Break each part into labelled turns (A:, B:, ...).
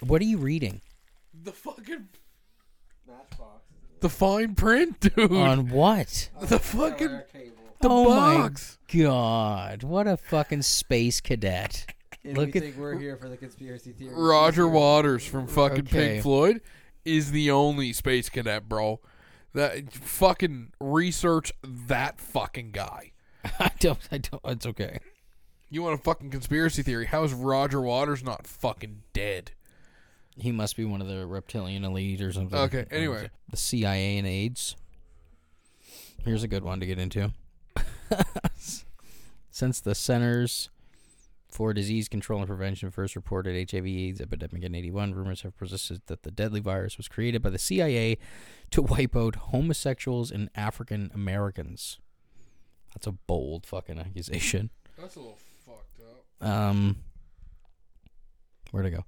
A: What are you reading?
B: The fucking
C: Matchbox.
B: the fine print, dude.
A: On what?
B: the fucking
C: cable.
B: the
A: oh
B: box.
A: my god! What a fucking space cadet.
C: And
A: Look
C: we
A: at-
C: think we're here for the conspiracy theory.
B: Roger Waters from fucking
A: Okay.
B: Pink Floyd is the only space cadet, bro. That fucking research that fucking guy.
A: I don't. I don't. It's okay.
B: You want a fucking conspiracy theory? How is Roger Waters not fucking dead?
A: He must be one of the reptilian elite or something.
B: Okay, anyway.
A: The CIA and AIDS. Here's a good one to get into. Since the Centers for Disease Control and Prevention first reported HIV AIDS epidemic in 81, rumors have persisted that the deadly virus was created by the CIA to wipe out homosexuals and African Americans. That's a bold fucking accusation.
B: That's a little fucked up.
A: Um, where'd I go?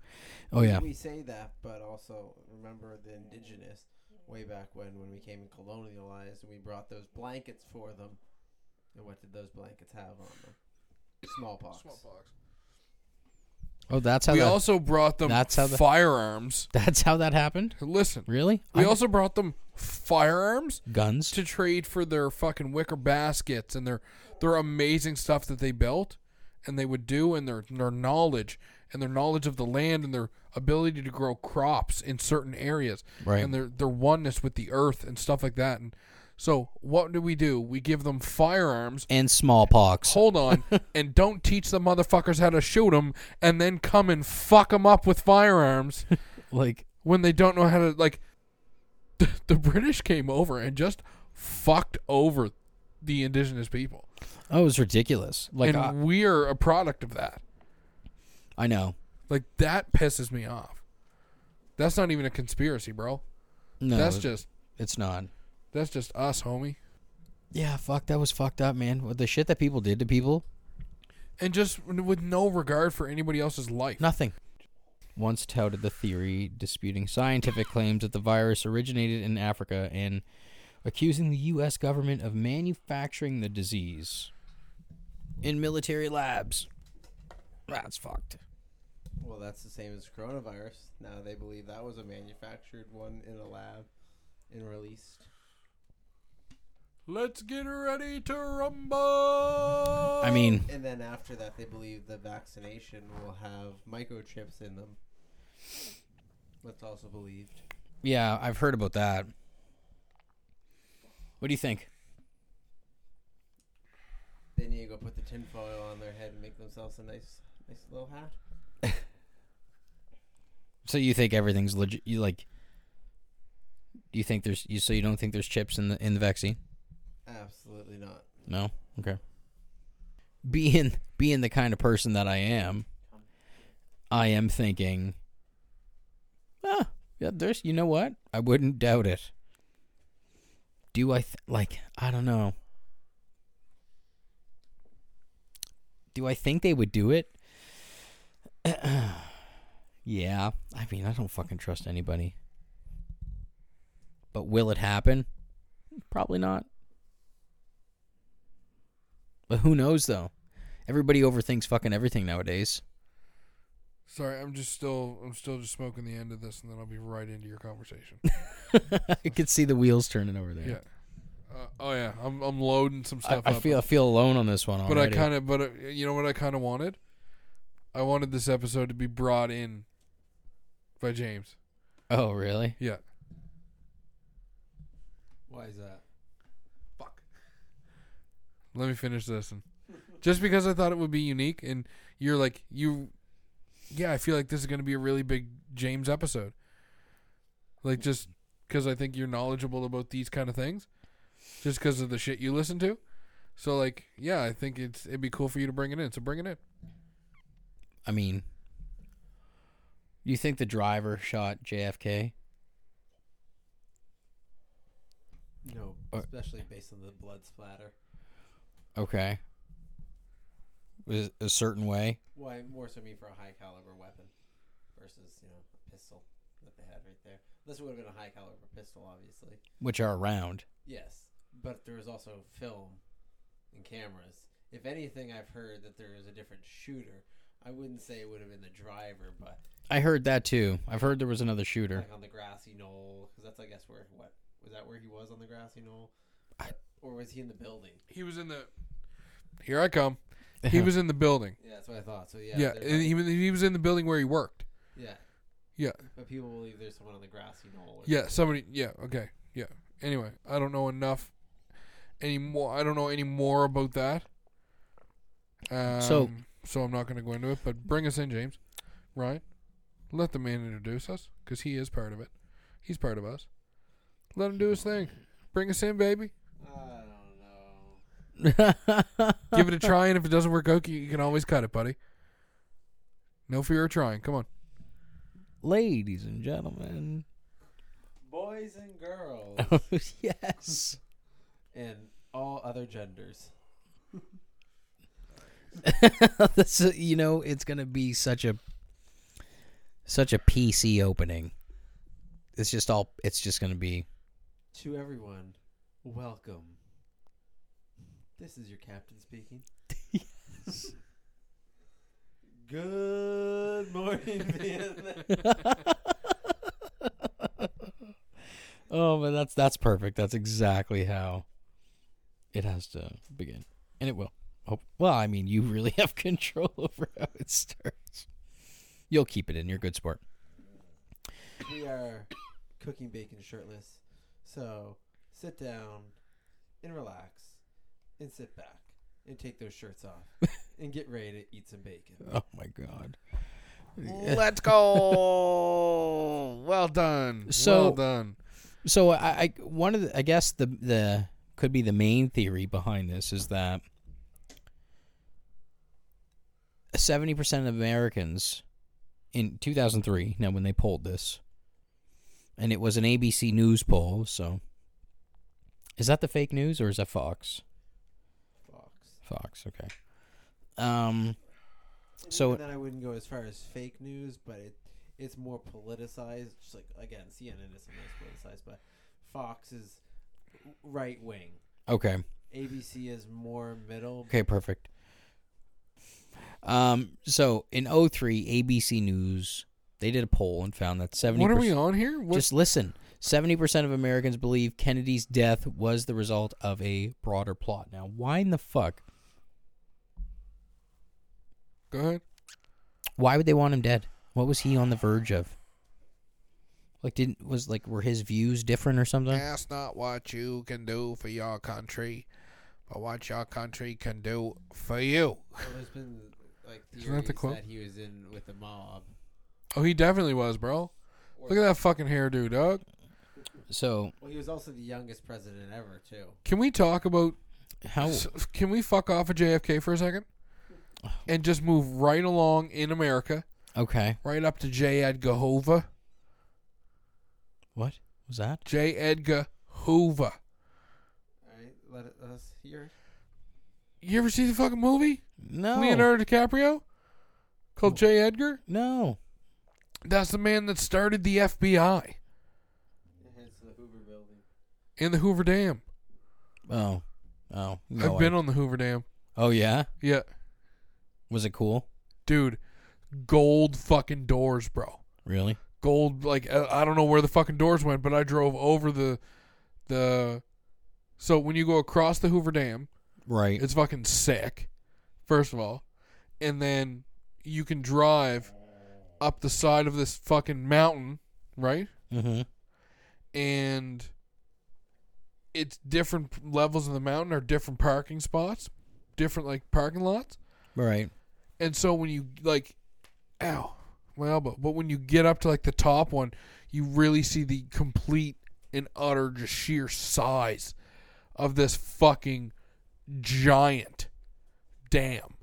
A: Oh, yeah.
C: We say that, but also remember the indigenous way back when, when we came and colonialized and we brought those blankets for them. And what did those blankets have on them? Smallpox.
B: Smallpox.
A: Oh, that's how
B: we
A: that,
B: also brought them
A: That's how the-
B: firearms.
A: that's how that happened?
B: Listen,
A: Really?
B: we
A: I-
B: also brought them firearms
A: guns.
B: to trade for their fucking wicker baskets and their their amazing stuff that they built and they would do and their their knowledge and their knowledge of the land and their ability to grow crops in certain areas
A: Right.
B: and their their oneness with the earth and stuff like that and so what do we do we give them firearms
A: and smallpox.
B: hold on and don't teach the motherfuckers how to shoot them and then come and fuck them up with firearms
A: Like
B: when they don't know how to like the, the british came over and just fucked over the indigenous people
A: oh, it was ridiculous. Like uh,
B: and
A: I,
B: we're a product of that
A: I know.
B: like that pisses me off that's not even a conspiracy bro
A: No,
B: that's
A: it-
B: just
A: it's not.
B: that's just us homie
A: Yeah, fuck. That was fucked up, man. What the shit that people did to people?
B: and just with no regard for anybody else's life
A: Nothing. Once touted the theory disputing scientific claims that the virus originated in Africa and accusing the U.S. government of manufacturing the disease in military labs. That's fucked.
C: Well, that's the same as coronavirus. Now they believe that was a manufactured one in a lab and released.
B: let's get ready to rumble
A: I mean,
C: And then after that, they believe the vaccination will have microchips in them. That's also believed.
A: yeah, I've heard about that. What do you think?
C: They need to go put the tinfoil on their head and make themselves a nice, nice little hat.
A: So you think everything's legit? You like? You think there's you? So you don't think there's chips in the in the vaccine?
C: Absolutely not.
A: No. Okay. Being being the kind of person that I am, I am thinking. Ah, yeah. There's. You know what? I wouldn't doubt it. Do I th- like? I don't know. Do I think they would do it? yeah. I mean, I don't fucking trust anybody. But will it happen? Probably not. But who knows though? Everybody overthinks fucking everything nowadays.
B: sorry i'm just still i'm still just smoking the end of this and then i'll be right into your conversation
A: I could see the wheels turning over there.
B: Yeah. Uh, oh yeah, I'm I'm loading some
A: I,
B: stuff
A: I
B: up.
A: feel I feel alone on this one
B: but
A: already.
B: I kind of but uh, you know what I kind of wanted? I wanted this episode to be brought in by James.
A: Oh really?
B: Yeah.
C: Why is that?
B: Fuck. Let me finish this and just because I thought it would be unique and you're like you yeah, I feel like this is going to be a really big James episode. Like just cuz I think you're knowledgeable about these kind of things just cuz of the shit you listen to. So like, yeah, I think it's it'd be cool for you to bring it in. So bring it in.
A: I mean, you think the driver shot JFK?
C: No,
A: Uh,
C: especially based on the blood splatter.
A: Okay. Was it a certain way.
C: Why more so mean for a high caliber weapon versus you know a pistol that they had right there. This would have been a high caliber pistol, obviously.
A: Which are around.
C: Yes, but there was also film and cameras. If anything, I've heard that there is a different shooter. I wouldn't say it would have been the driver, but
A: I heard that too. I've heard there was another shooter.
C: Like on the grassy knoll, because that's I guess where what was that where he was on the grassy knoll,
A: I-
C: or was he in the building?
B: He was in the. Here I come. He was in the building.
C: Yeah, that's what I thought. So yeah,
B: Yeah, and
C: they're probably-
B: he was he was in the building where he worked.
C: yeah,
B: Yeah,
C: but people believe there's someone on the grassy knoll. or
B: yeah. Somebody. Yeah. Okay. Yeah. Anyway, I don't know enough anymore. I don't know any more about that. Um,
A: So-
B: so I'm not going to go into it. But bring us in, James. Right. Let the man introduce us because he is part of it. He's part of us. Let him do his thing. Bring us in, baby.
C: I don't know.
B: Give it a try, and if it doesn't work out, you you can always cut it, buddy. No fear of trying. Come on.
A: Ladies and gentlemen.
C: Boys and girls
A: Oh, yes.
C: and all other genders.
A: This is- you know, it's gonna be such a such a PC opening. It's just all it's just gonna be
C: To everyone, welcome. This is your captain speaking. Good morning, Vietnam.
A: Oh man, that's that's perfect. That's exactly how it has to begin. And it will. Hope well, I mean you really have control over how it starts. You'll keep it in, you're a good sport.
C: we are cooking bacon shirtless. So sit down and relax and sit back and take those shirts off and get ready to eat some bacon.
A: Oh my god.
B: Oh, Let's go. well done.
A: So-
B: well done.
A: So I, I one of the, I guess the the could be the main theory behind this is that seventy percent of Americans in two thousand three. Now, when they polled this, and it was an ABC News poll, so is that the fake news or is that Fox?
C: Fox.
A: Fox, okay. Um,
C: And
A: So-
C: even then I wouldn't go as far as fake news, but it it's more politicized. Just like again, CNN is sometimes politicized, but Fox is right wing.
A: okay,
C: ABC is more middle.
A: okay, perfect. Um, so in 03, ABC News they did a poll and found that seventy.
B: What are we on here? What,
A: Just listen. 70% of Americans believe Kennedy's death was the result of a broader plot. Now, why in the fuck?
B: go ahead.
A: Why would they want him dead? What was he on the verge of? Like, didn't, was, like, were his views different or something?
B: That's not what you can do for your country, but what your country can do for you.
C: Well, there's been like
B: Isn't
C: theories
B: that the
C: that,
B: quote?
C: he was in with the mob.
B: Oh, he definitely was, bro.
C: Or,
B: Look at that fucking hairdo, dog.
A: So,
C: Well, he was also the youngest president ever too.
B: Can we talk about?
A: how,
B: s- Can we fuck off of JFK for a second, and just move right along in America,
A: okay.
B: right up to J. Edgar Hoover?
A: What was that?
B: J. Edgar Hoover.
C: All right, let it- us hear.
B: You ever see the fucking movie
A: No.
B: Leonardo DiCaprio called J. Edgar?
A: No.
B: That's the man that started the FBI
C: Hence the Hoover building.
B: in the Hoover Dam.
A: Oh. Oh. No.
B: I've been on the Hoover Dam.
A: oh, yeah?
B: Yeah,
A: Was it cool?
B: dude, gold fucking doors, bro.
A: Really?
B: Gold, like I I don't know where the fucking doors went, but I drove over the the. So when you go across the Hoover Dam,
A: Right.
B: it's fucking sick. First of all, and then you can drive up the side of this fucking mountain, right?
A: mm-hmm.
B: and it's different p- levels of the mountain are different parking spots, different like parking lots.
A: Right.
B: And so when you like, ow, my elbow. But when you get up to like the top one, you really see the complete and utter just sheer size of this fucking giant dam.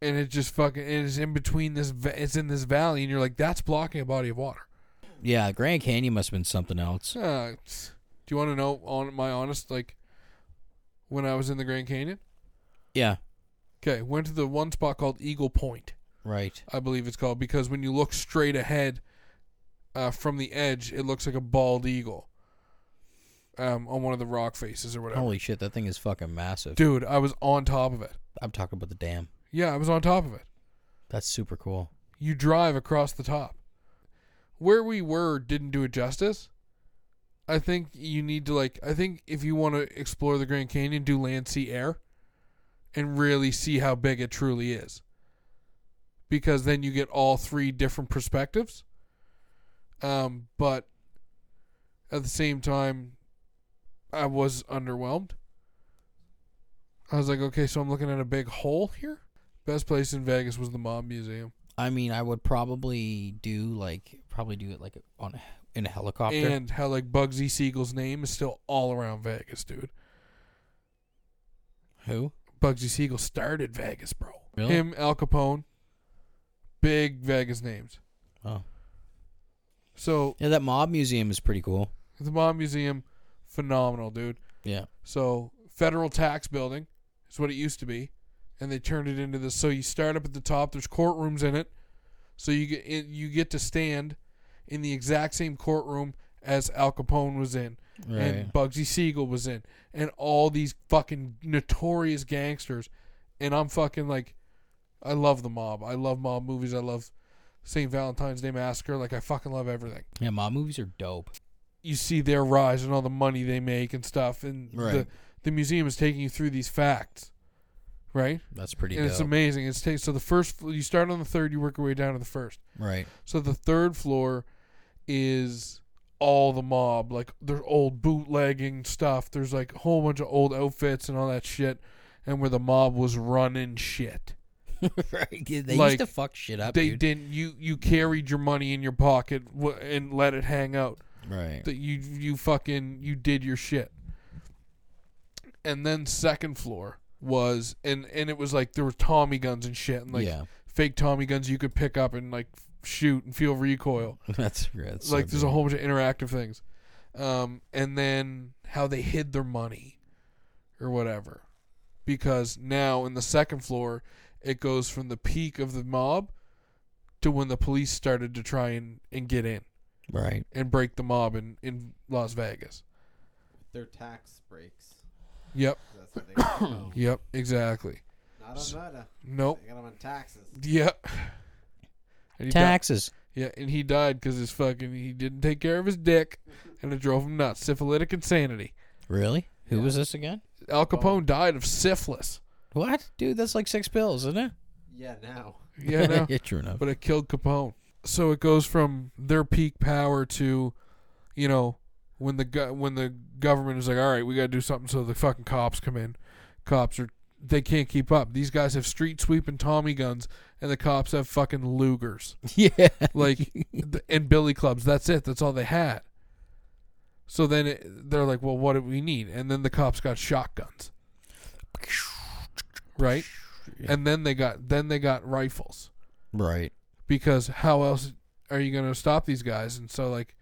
B: And it just fucking it is in between this. va- It's in this valley, and you're like, that's blocking a body of water.
A: Yeah, Grand Canyon must have been something else.
B: Uh, it's- do you want to know on my honest like when I was in the Grand Canyon?
A: Yeah.
B: Okay, went to the one spot called Eagle Point,
A: Right.
B: I believe it's called, because when you look straight ahead uh, from the edge, it looks like a bald eagle um, on one of the rock faces or whatever.
A: Holy shit, that thing is fucking massive.
B: Dude, I was on top of it.
A: I'm talking about the dam.
B: Yeah, I was on top of it.
A: That's super cool.
B: you drive across the top. Where we were didn't do it justice. I think you need to like I think if you want to explore the Grand Canyon, do land, sea, air and really see how big it truly is. Because then you get all three different perspectives. Um, but at the same time, I was underwhelmed. I was like, okay, so I'm looking at a big hole here. Best place in Vegas was the Mob Museum
A: I mean, I would probably do like probably do it like on a- in a helicopter.
B: and how like Bugsy Siegel's name is still all around Vegas, dude.
A: Who?
B: Bugsy Siegel started Vegas, bro.
A: Really?
B: Him, Al Capone, big Vegas names.
A: Oh.
B: So
A: Yeah, that mob museum is pretty cool.
B: the Mob Museum, phenomenal, dude.
A: Yeah.
B: So federal tax building is what it used to be, and they turned it into this. So you start up at the top. There's courtrooms in it, so you get in, you get to stand in the exact same courtroom as Al Capone was in,
A: Right.
B: and Bugsy Siegel was in, and all these fucking notorious gangsters, and I'm fucking like, I love the mob. I love mob movies. I love St. Valentine's Day Massacre. Like I fucking love everything
A: Yeah, mob movies are dope.
B: you see their rise and all the money they make and stuff and the,
A: Right.
B: the museum is taking you through these facts right
A: That's pretty
B: and
A: dope.
B: it's amazing it's ta- so the first you start on the third you work your way down to the first
A: right.
B: so the third floor is all the mob like there's old bootlegging stuff there's like a whole bunch of old outfits and all that shit and where the mob was running shit
A: right. yeah, They
B: Like,
A: used to fuck shit up,
B: they
A: dude.
B: didn't you you carried your money in your pocket w- and let it hang out
A: Right.
B: that you you fucking you did your shit. And then second floor was and and it was like there were Tommy guns and shit and like
A: yeah.
B: fake Tommy guns you could pick up and like shoot and feel recoil.
A: That's, that's so
B: like there's a
A: dope.
B: whole bunch of interactive things. Um and then how they hid their money or whatever. Because now in the second floor it goes from the peak of the mob to when the police started to try and, and get in
A: Right.
B: and break the mob in, in Las Vegas.
C: Their tax breaks.
B: Yep.
C: That's what they got. Not
B: Yep. Exactly.
C: on murder.
B: Nope.
C: They got 'em on taxes.
B: Yep. And he died.
A: Taxes.
B: Yeah, and he died because his fucking he didn't take care of his dick, and it drove him nuts. Syphilitic insanity.
A: Really? Who
C: Yeah.
A: was this again?
B: Al Capone died of syphilis.
A: What? Dude, that's like six pills, isn't it?
C: Yeah, now.
B: Yeah, no,
A: yeah, true enough.
B: but it killed Capone. So it goes from their peak power to, you know, when the go- when the government is like, all right, we got to do something, so the fucking cops come in. Cops are they can't keep up. These guys have street sweeping Tommy guns, and the cops have fucking Lugers.
A: yeah.
B: like th- and billy clubs that's it that's all they had so then it, they're like well what do we need and then the cops got shotguns right and then they got then they got rifles
A: Right.
B: because how else are you going to stop these guys and so like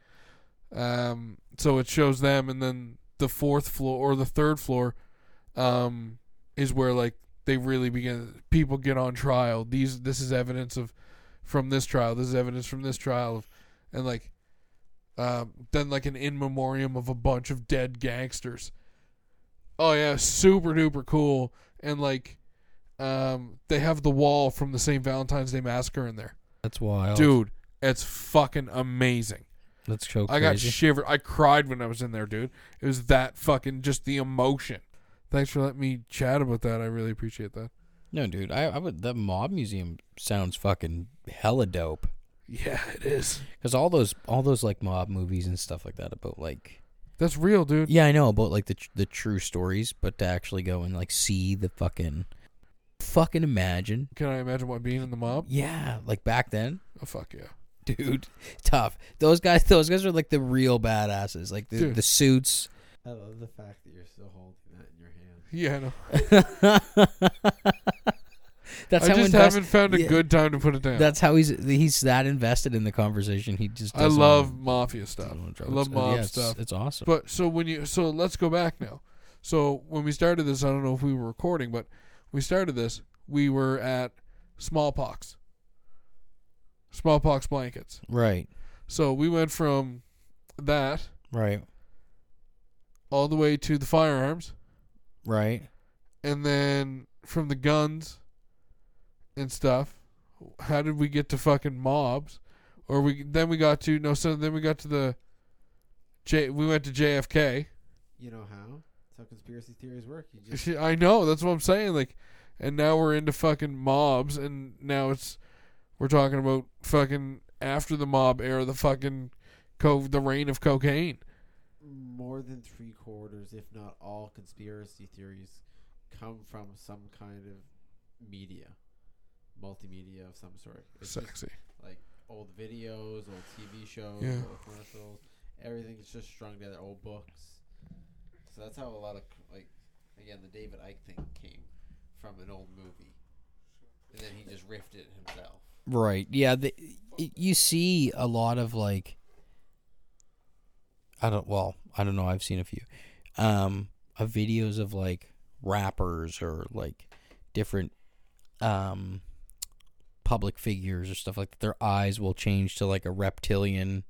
B: um so it shows them and then the fourth floor or the third floor um is where like they really begin people get on trial these this is evidence of from this trial this is evidence from this trial of, and like um then like an in memoriam of a bunch of dead gangsters oh yeah super duper cool and like um they have the wall from the St. Valentine's Day massacre in there
A: That's wild.
B: dude it's fucking amazing
A: That's so crazy.
B: i got shivered i cried when i was in there dude it was that fucking just the emotion thanks for letting me chat about that i really appreciate that
A: no, dude. I, I would. That mob museum sounds fucking hella dope.
B: yeah it is
A: Cause all those, all those like mob movies and stuff like that about like.
B: that's real dude
A: Yeah, I know about like the tr- the true stories, but to actually go and like see the fucking, fucking imagine.
B: can i imagine what being in the mob
A: Yeah, like back then.
B: oh fuck yeah
A: dude. Tough. Those guys. Those guys are like the real badasses. Like the,
B: Dude.
A: the suits.
C: I love the fact that you're still holding that in your hand.
B: yeah i know
A: that's
B: i
A: how
B: just
A: invested.
B: haven't found a
A: yeah.
B: good time to put it down
A: That's how he's he's that invested in the conversation. He just.
B: i
A: doesn't-
B: love mafia
A: doesn't
B: stuff
A: wanna
B: i
A: drop it.
B: love
A: So,
B: mob
A: Uh, yeah, it's-
B: stuff
A: It's awesome.
B: But so when you so let's go back now. So when we started this, I don't know if we were recording, but we started this. We were at smallpox, smallpox blankets.
A: right.
B: So we went from that
A: Right.
B: all the way to the firearms,
A: Right.
B: and then from the guns and stuff. how did we get to fucking mobs? Or we then we got to no so then we got to the J we went to JFK.
C: You know how? That's how conspiracy theories work. You just
B: She- I know that's what I'm saying. Like, and now we're into fucking mobs, and now it's we're talking about fucking after the mob era, the fucking co- the reign of cocaine.
C: more than three quarters, if not all, conspiracy theories come from some kind of media, multimedia of some sort. It's just
B: Sexy.
C: like old videos, old TV shows,
B: Yeah.
C: old commercials. Everything's just strung together. Old books. So that's how a lot of c- like, again, the David Icke thing came from an old movie, and then he just riffed it himself.
A: Right. Yeah. The, y- you see a lot of like, I don't. Well, I don't know. I've seen a few, um, of videos of like rappers or like different, um, public figures or stuff like that. Their eyes will change to like a reptilian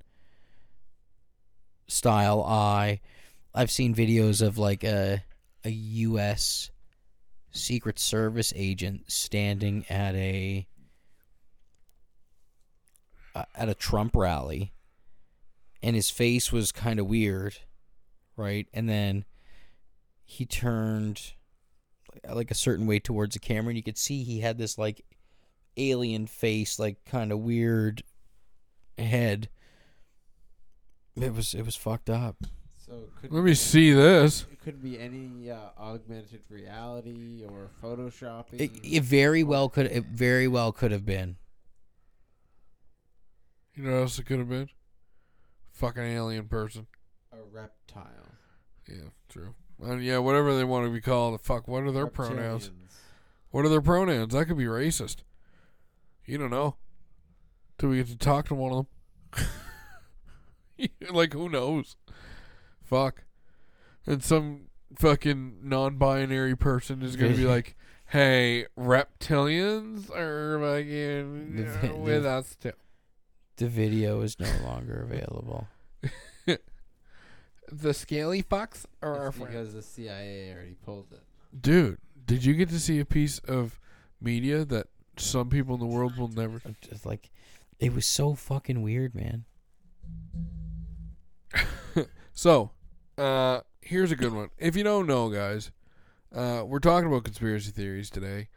A: style eye. I've seen videos of like a a U.S. Secret Service agent standing at a uh, at a Trump rally, and his face was kind of weird, right? And then he turned like- like a certain way towards the camera, and you could see he had this like alien face, like kind of weird head. It was it was fucked up.
C: So it could
B: Let me see this.
C: it could be any uh, augmented reality or photoshopping.
A: It, it very well could it very well could have been.
B: You know what else it could have been? Fucking alien person.
C: a reptile.
B: Yeah, true. Uh, yeah, whatever they want to be called. Fuck, what are their pronouns?
C: Reptilians.
B: What are their pronouns? That could be racist. You don't know. Do we get to talk to one of them? like, who knows? Fuck. And some fucking non binary person is going to be like, hey, reptilians are
A: The- the-
B: fucking with us too.
A: The video is no longer available.
B: The scaly fucks are our
C: It's
B: friends.
C: because the CIA already pulled it.
B: Dude, did you get to see a piece of media that some people in the world will never?
A: I'm Just like it was so fucking weird, man.
B: So, uh, here's a good one. If you don't know, guys, uh, we're talking about conspiracy theories today,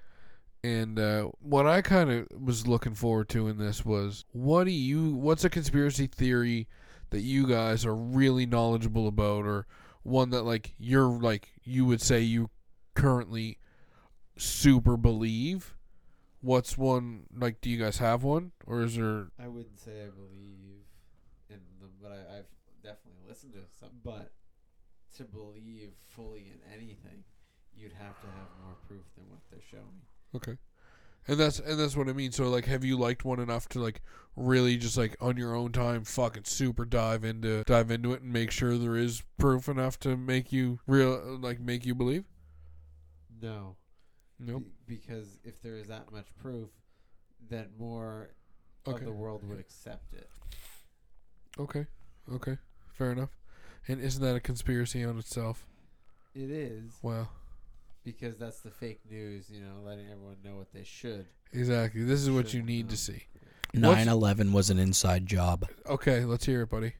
B: and uh, what I kind of was looking forward to in this was, what do you? What's a conspiracy theory that you guys are really knowledgeable about, or one that like you're like you would say you currently super believe? What's one like? Do you guys have one, or is there?
C: I wouldn't say I believe in them, but I, I've definitely listened to some. But to believe fully in anything, you'd have to have more proof than what they're showing.
B: Okay. And that's and that's what I mean. So like have you liked one enough to like really just like on your own time fucking super dive into dive into it and make sure there is proof enough to make you real like make you believe?
C: No,
B: Nope.
C: be- because if there is that much proof, then more
B: Okay.
C: of the world would accept it.
B: Okay. Okay. Fair enough. And isn't that a conspiracy on itself?
C: It is
B: Wow.
C: because that's the fake news, you know, letting everyone know what they should.
B: Exactly. This is what
C: Sure,
B: you need
C: no.
B: to see. What's-
A: 9/11 was an inside job.
B: Okay, let's hear it, buddy.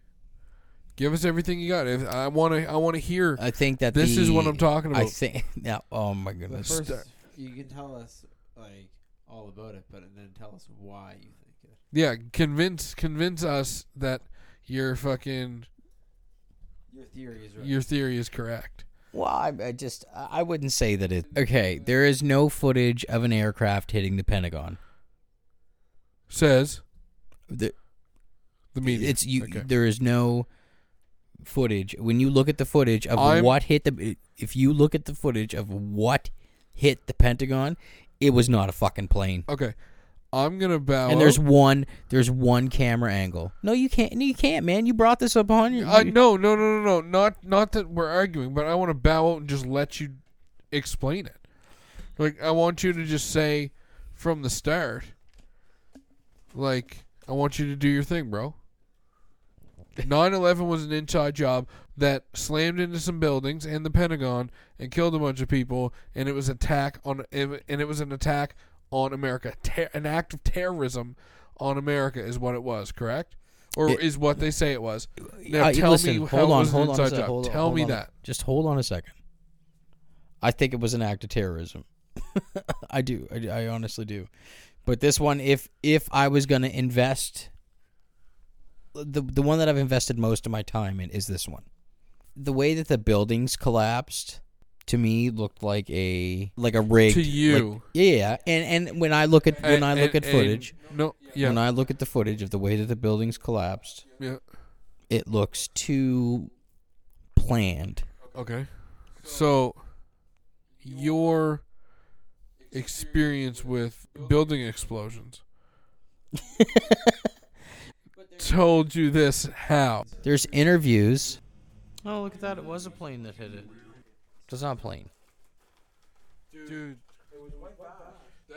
B: Give us everything you got. If I want to I want to hear
A: I think that
B: this
A: the,
B: is what I'm talking about.
A: I think. Yeah. Oh my
C: But
A: goodness.
C: first,
B: start-
C: you can tell us like all about it, but then tell us why you think it.
B: yeah, convince convince us that you're fucking
C: Your theory is right.
B: Your theory is correct.
A: Well, I, I just I wouldn't say that it. Okay, there is no footage of an aircraft hitting the Pentagon.
B: Says
A: The,
B: the media.
A: It's you.
B: Okay.
A: There is no footage. When you look at the footage of
B: I'm-
A: what hit the, if you look at the footage of what hit the Pentagon, it was not a fucking plane.
B: okay. I'm gonna bow.
A: And there's
B: out.
A: one, there's one camera angle. No, you can't. No, you can't, man. You brought this up on your.
B: Uh, no, no, no, no, no. Not not that we're arguing, but I want to bow out and just let you explain it. Like I want you to just say from the start. Like I want you to do your thing, bro. 9/11 was an inside job that slammed into some buildings and the Pentagon and killed a bunch of people, and it was attack on and it was an attack on America. Ter- an act of terrorism on America is what it was, correct? Or
A: It-
B: is what they say it was. Now
A: Uh,
B: tell
A: listen,
B: me how
A: hold
B: it
A: on,
B: was an
A: hold on, a
B: inside
A: sec,
B: job.
A: hold on,
B: Tell
A: hold
B: me
A: on.
B: that.
A: Just hold on a second. I think it was an act of terrorism. I do. I, do- I honestly do. But this one, if if I was going to invest, the the one that I've invested most of my time in is this one. The way that the buildings collapsed to me looked like a like a rig
B: To you.
A: yeah, and and when I look at when
B: And-
A: I look
B: and-
A: at footage,
B: and- no, yeah,
A: when I look at the footage of the way that the buildings collapsed,
B: yeah,
A: it looks too planned.
B: okay. So, your experience with building explosions told you this how?
A: There's interviews. Oh, look at that! It was a plane that hit it. It's not a plane.
B: Dude,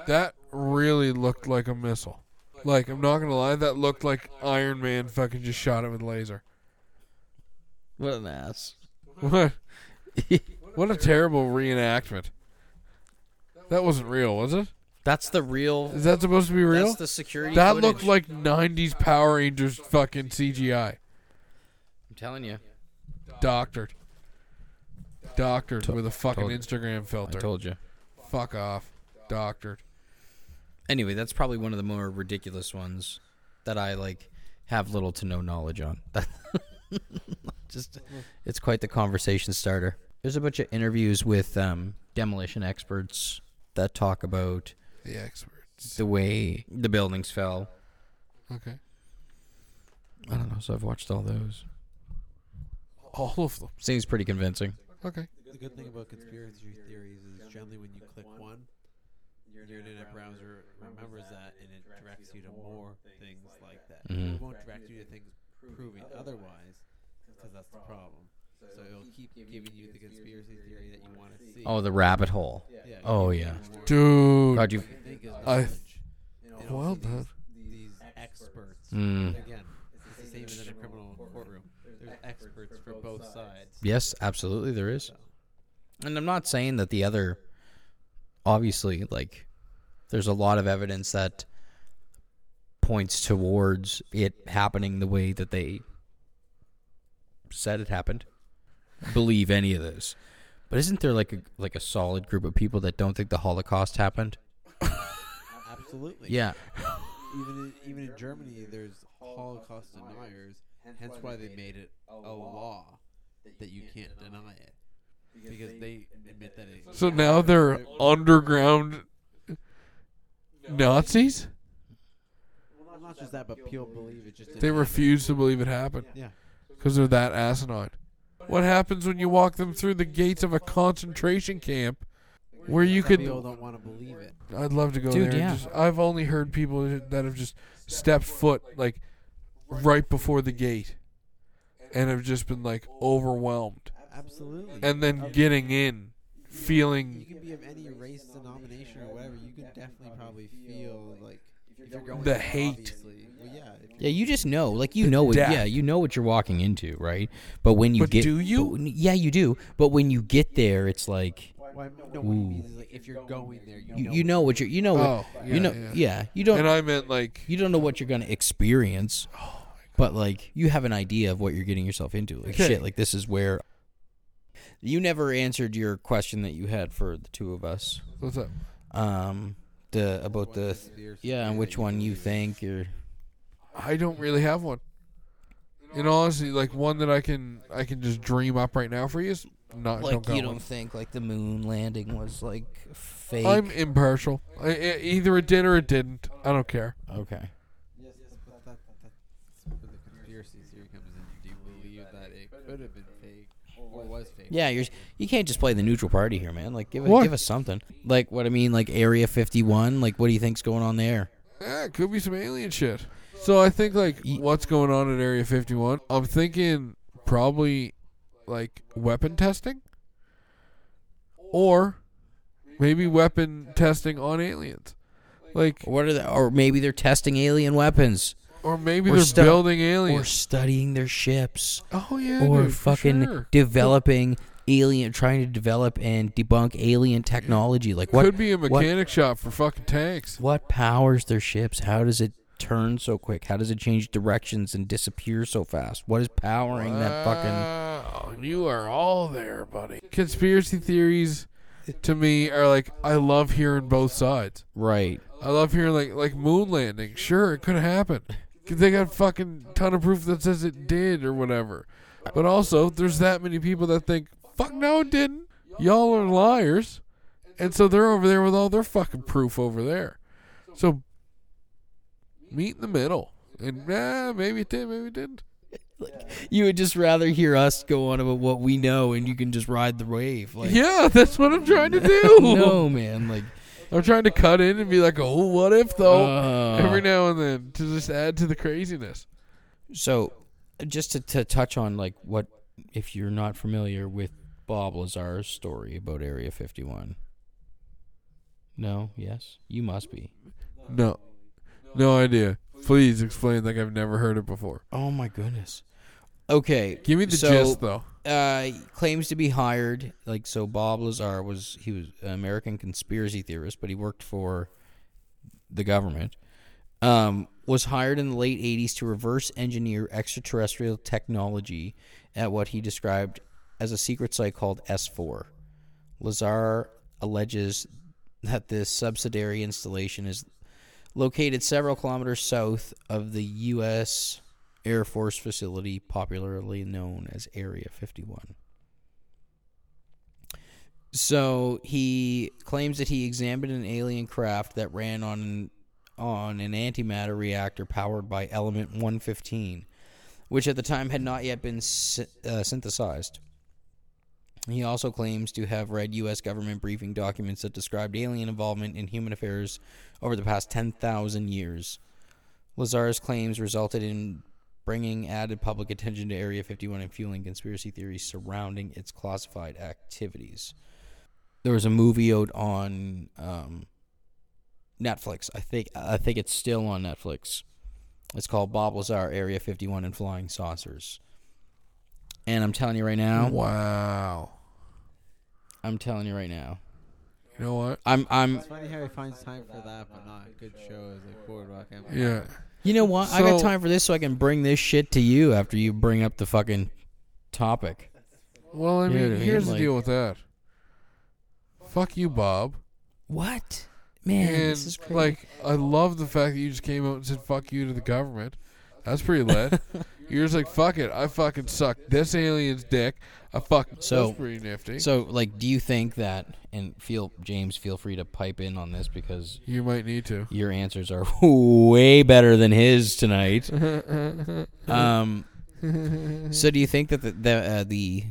B: that really looked like a missile. Like, I'm not gonna lie, that looked like Iron Man fucking just shot it with laser.
A: What an ass!
B: What? What a terrible reenactment. That wasn't real, was it?
A: That's the real.
B: Is that supposed to be real?
A: That's the security.
B: That
A: footage.
B: looked like 90s Power Rangers fucking CGI.
A: I'm telling you.
B: Doctored. Doctored with a fucking
A: told-
B: Instagram
A: I
B: filter.
A: told you.
B: Fuck off. Doctored.
A: Anyway, that's probably one of the more ridiculous ones that I like have little to no knowledge on. Just it's quite the conversation starter. There's a bunch of interviews with um, demolition experts that talk about
B: The experts.
A: the way the buildings fell.
B: Okay.
A: I don't know, so I've watched all those.
B: All of them.
A: Seems pretty convincing.
B: Okay.
C: The good thing about conspiracy theories is generally when you click one, your internet browser remembers that and it directs you to more things like that.
A: Mhm.
C: It won't direct you to things proving otherwise because that's the problem. So it'll keep giving you the conspiracy theory that you want to see.
A: Oh, the rabbit hole.
C: yeah.
A: Oh yeah.
B: Dude.
A: God, you.
C: I think is
B: I-
C: knowledge. And also
B: Well
C: these-
B: done.
C: These experts.
A: Mm.
C: Again, it's the same as in a criminal courtroom. There's experts for both sides.
A: Yes, absolutely, there is. And I'm not saying that the other, obviously, like, there's a lot of evidence that points towards it happening the way that they said it happened. Believe any of this, but isn't there like a like a solid group of people that don't think the Holocaust happened?
C: Absolutely.
A: Yeah,
C: Even in, even in Germany, there's Holocaust deniers. Hence why they made it a law that you can't deny it because they admit that it.
B: So now they're underground Nazis?
C: Well, not just that, but people believe it. Just
B: They
C: deny it.
B: refuse to believe it happened
C: Yeah.
B: because they're that asinine. What happens when you walk them through the gates of a concentration camp where you
C: Some
B: could
C: people don't want to believe it.
B: I'd love to go
A: Dude,
B: there. and
A: yeah.
B: Just, I've only heard people that have just stepped foot like right before the gate, and have just been like overwhelmed,
C: Absolutely.
B: and then getting in,
C: you
B: feeling
C: can be of any race, denomination, or whatever. You can definitely probably feel like if you're going
B: The
C: to,
B: hate.
C: obviously- Well, yeah. if you-
A: yeah. You just know, like, you know what?
B: death.
A: Yeah, you know what you're walking into, right? But when you
B: But
A: get,
B: do you?
A: but- yeah, you do. But when you get there, it's like
C: Well, I know what it means is like if you're going there, you,
A: you,
C: know
A: you know what you're you know what,
B: Oh, yeah,
A: you know
B: yeah.
A: yeah. you don't
B: and I meant like
A: you don't know what you're gonna experience
B: Oh,
A: but like you have an idea of what you're getting yourself into like
B: Okay.
A: shit like this is where you never answered your question that you had for the two of us
B: what's up?
A: um the about the
C: conspiracy
A: yeah
C: theory
A: and
C: that
A: which one you
C: believe.
A: think or
B: I don't really have one. And honestly, like one that I can I can just dream up right now for you is not
A: like
B: don't got
A: you
B: one.
A: don't think like the moon landing was like fake
B: I'm impartial. I, I, either it did or it didn't. I don't care.
A: okay
C: Yes, but that, that, that's where the conspiracy theory comes in. Do you believe that it could have been fake or was fake?
A: Yeah, you're you can't just play the neutral party here, man. Like give it,
B: What?
A: give us something. Like what I mean, like Area 51. Like what do you think's going on there?
B: Yeah, it could be some alien shit. So I think like
A: Ye-
B: what's going on at Area 51. I'm thinking probably like weapon testing, or maybe weapon testing on aliens. Like,
A: What are the or maybe they're testing alien weapons
B: or maybe
A: Or
B: they're
A: stu-
B: building
A: or
B: aliens.
A: studying their ships
B: oh yeah,
A: or
B: dude, for
A: fucking
B: sure.
A: developing alien, trying to develop and debunk alien technology. Like what?
B: Could be a
A: what-
B: mechanic shop for fucking tanks.
A: What powers their ships? How does it turn so quick? How does it change directions and disappear so fast? What is powering that fucking?
B: Wow, you are all there, buddy. Conspiracy theories to me are like I love hearing both sides.
A: Right.
B: I love hearing like like moon landing. Sure, it could happen. 'Cause They got fucking ton of proof that says it did or whatever. But also, there's that many people that think, "Fuck no, it didn't." Y'all are liars, and so they're over there with all their fucking proof over there. So meet in the middle, and nah, maybe it did, maybe it didn't.
A: You would just rather hear us go on about what we know, and you can just ride the wave. Like,
B: yeah, that's what I'm trying to do.
A: no, man. Like,
B: I'm trying to cut in and be like, "Oh, what if though?"
A: uh,
B: Every now and then to just add to the craziness.
A: So, just to, to touch on like what, if you're not familiar with Bob Lazar's story about Area 51. No. Yes. You must be.
B: No. No idea. Please explain like I've never heard it before.
A: Oh my goodness. Okay.
B: Give me the
A: so,
B: gist though.
A: uh, claims to be hired. Like so, Bob Lazar was he was an American conspiracy theorist, but he worked for the government. Um, was hired in the late '80s to reverse engineer extraterrestrial technology at what he described as a secret site called S4. Lazar alleges that this subsidiary installation is located several kilometers south of the U.S. Air Force facility, popularly known as Area 51. So he claims that he examined an alien craft that ran on on an antimatter reactor powered by element 115, which at the time had not yet been sy- uh, synthesized. He also claims to have read U.S. government briefing documents that described alien involvement in human affairs over the past 10,000 years. Lazar's claims resulted in bringing added public attention to Area 51 and fueling conspiracy theories surrounding its classified activities. There was a movie out on um, Netflix. I think I think it's still on Netflix. It's called Bob Lazar, Area 51 and Flying Saucers. And I'm telling you right now,
B: Wow.
A: I'm telling you right now.
B: You know what?
A: I'm I'm
C: It's funny how he finds time for that, but not good shows like Boardwalk Empire.
B: Yeah.
A: You know what? I got
B: So-
A: time for this so I can bring this shit to you after you bring up the fucking topic.
B: Well, I
A: You know
B: mean,
A: what I mean?
B: here's the
A: Like-
B: deal with that. Fuck you, Bob.
A: What? Man,
B: and
A: this is crazy.
B: like, I love the fact that you just came out and said "fuck you" to the government. That's pretty lit. You're just like, "Fuck it, I fucking suck this alien's dick." I fuck.
A: So-
B: that's pretty nifty.
A: so like do you think that and feel James feel free to pipe in on this because
B: you might need to.
A: your answers are way better than his tonight. Um so do you think that the the, uh, the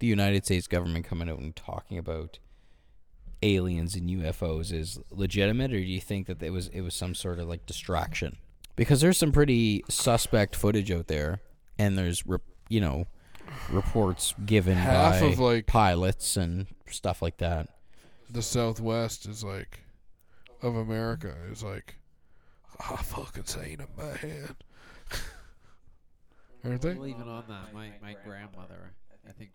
A: the United States government coming out and talking about aliens and UFOs is legitimate, or do you think that it was it was some sort of like distraction? Because there's some pretty suspect footage out there, and there's rep- you know reports given
B: Half
A: by
B: of, like-
A: pilots and stuff like that.
B: the Southwest is like of America is like I fucking seen a man. Aren't they?
C: Well, even on that, my, my grandmother, I think,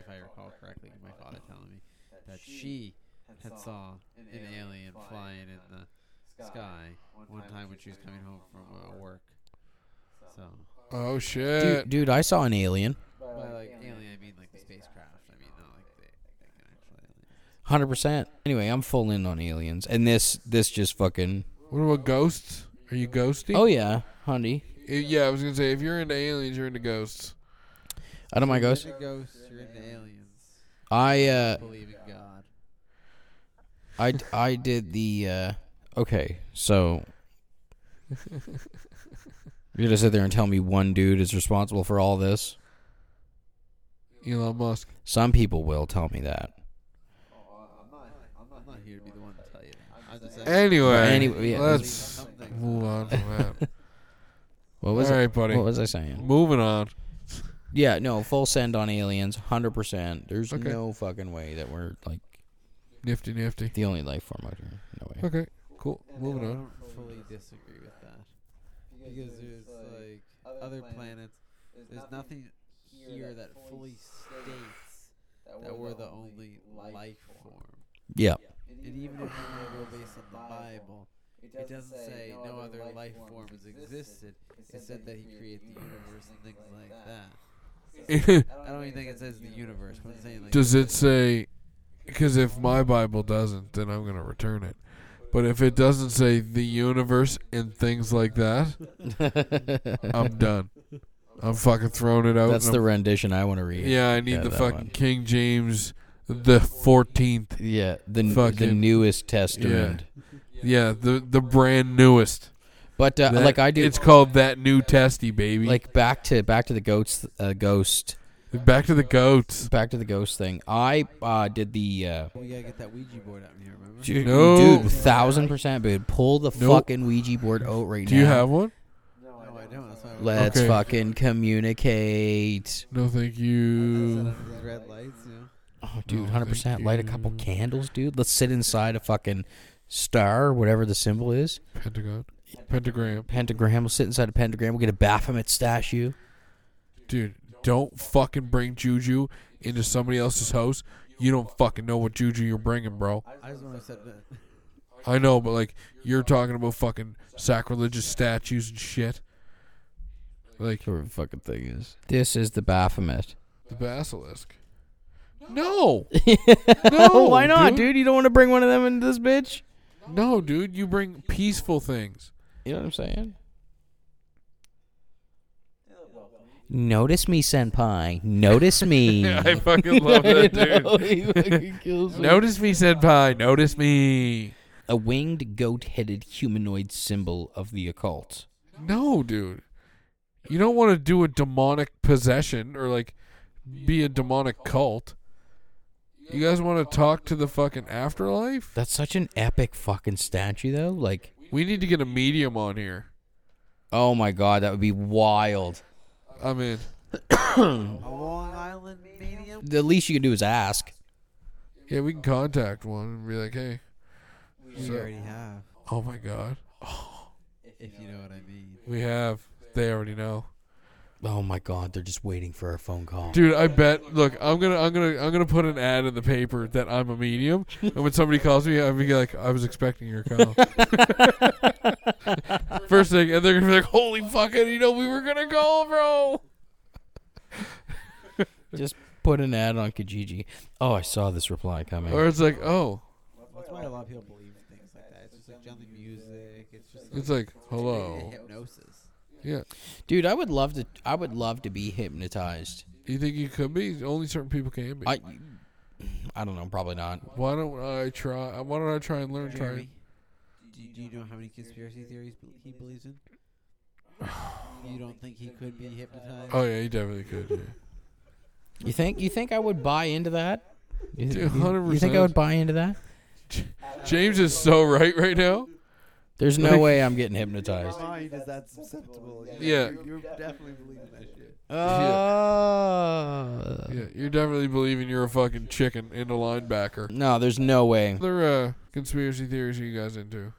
C: if I recall correctly, my father telling me that she had saw an alien flying in the sky one time when she was coming home from uh, work. So,
B: Oh shit.
A: Dude, dude, I saw an alien,
C: by like alien, I mean like the spacecraft. I mean not like the like an actual alien.
A: hundred percent. Anyway, I'm full in on aliens, and this this just fucking
B: What about ghosts? Are you ghosty?
A: oh yeah, honey,
B: I- yeah, I was gonna say if you're into aliens, you're into ghosts.
A: out of my ghost.
C: You're into ghosts. You're into aliens.
A: I uh,
C: Believe in God.
A: I, d- I did the uh, okay. So you're gonna sit there and tell me one dude is responsible for all this?
B: Elon Musk.
A: Some people will tell me that.
C: I'm not. I'm not, here to be the one to tell you that. I'm just saying
B: Anyway,
A: Anyway, yeah,
B: let's
C: something.
B: move on from that.
A: What
B: All
A: was I,
B: right, buddy.
A: what was I saying?
B: Moving on.
A: Yeah, no, full send on aliens, hundred percent. There's
B: Okay.
A: no fucking way that we're like
B: Nifty, nifty.
A: the only life form out here. No way.
B: Okay, cool. Moving
C: I
B: on.
C: don't fully disagree with that because there's like other planets. There's nothing here that fully states that were the only life form.
A: Yeah.
C: And even if you want to go based on the Bible, it doesn't say no other life form has existed. It said that he created the universe and things like that. I don't even think it says the universe, but it's saying like
B: Does it say? Because if my Bible doesn't, then I'm gonna return it. But if it doesn't say the universe and things like that, I'm done. I'm fucking throwing it out.
A: That's
B: and
A: the
B: I'm-
A: rendition I want to read.
B: yeah. I need
A: yeah,
B: the
A: that
B: fucking
A: one.
B: King James, the fourteenth.
A: Yeah, the the
B: Fucking-
A: newest testament.
B: Yeah, the the brand newest.
A: But uh,
B: That-
A: like I do
B: It's called that new testy baby.
A: like back to back to the goats uh, ghost
B: back to the goats.
A: back to the ghost thing. I uh, did the uh,
C: we gotta get that Ouija board out in here. Remember?
A: dude,
B: No.
A: dude, thousand percent, dude. Pull the
B: Nope.
A: fucking Ouija board out right
B: Do
A: now.
B: you have one?
C: No, I don't. That's why I
A: Let's
B: Okay.
A: fucking communicate.
B: No, thank
C: Set
B: you.
C: up these red lights. You know?
A: Oh, dude,
B: No,
A: hundred percent.
B: thank
A: Light a couple
B: you.
A: candles, dude. Let's sit inside a fucking star, whatever the symbol is.
B: Pentagon, pentagram,
A: Pentagram. We'll sit inside a pentagram. We'll get a Baphomet statue.
B: dude. Don't fucking bring juju into somebody else's house. You don't fucking know what juju you're bringing, bro.
C: I just want to set that.
B: I know, but like you're talking about fucking sacrilegious statues and shit. Like
A: Whatever the fucking thing is. This is the Baphomet.
B: the basilisk. No,
A: Oh,
B: No,
A: Why not,
B: dude.
A: dude? You don't want to bring one of them into this bitch?
B: no, dude. You bring peaceful things.
A: You know what I'm saying? Notice me, senpai. Notice me. Oh,
B: I fucking love that, dude. Notice me, senpai. Notice me.
A: A winged goat-headed humanoid symbol of the occult.
B: No, dude. You don't want to do a demonic possession or like be a demonic cult. You guys want to talk to the fucking afterlife?
A: That's such an epic fucking statue, though. Like,
B: We need to get a medium on here.
A: oh my god, that would be wild.
B: I'm in.
C: A Long Island medium.
A: The least you can do is ask.
B: Yeah, we can contact one and be like, hey,
C: We already have,
B: oh my god,
C: if you know what I mean.
B: we have. They already know,
A: Oh my god, they're just waiting for a phone call.
B: dude. I bet. Look, I'm gonna, I'm gonna, I'm gonna put an ad in the paper that I'm a medium, and when somebody calls me, I'm gonna be like, I was expecting your call. First thing, and they're gonna be like, holy fucking, you know, we were gonna call, bro.
A: Just put an ad on Kijiji. Oh, I saw this reply coming.
B: Or it's like, oh,
C: That's why a lot of people believe in things like that. It's just like gently music. It's just like,
B: it's like,
C: It's
B: hello.
C: like hypnosis.
B: Yeah.
A: Dude, I would love to. I would love to be hypnotized.
B: You think you could be? Only certain people can be.
A: I, I don't know. Probably not.
B: why don't I try? Why don't I try and learn? Try.
C: Jeremy, do, do you know how many conspiracy theories bel- he believes in? you don't think he could be hypnotized?
B: Oh yeah, you definitely could. Yeah.
A: You think? You think I would buy into that? You,
B: Dude,
A: you- you think I
B: 100%.
A: would buy into that?
B: James is so right right now.
A: There's no way I'm getting hypnotized.
C: mind is that susceptible.
B: Yeah.
C: You're, you're definitely believing that shit.
A: Uh,
B: Yeah, you're definitely believing you're a fucking chicken and a linebacker.
A: No, there's no way.
B: What other uh, conspiracy theories are you guys into?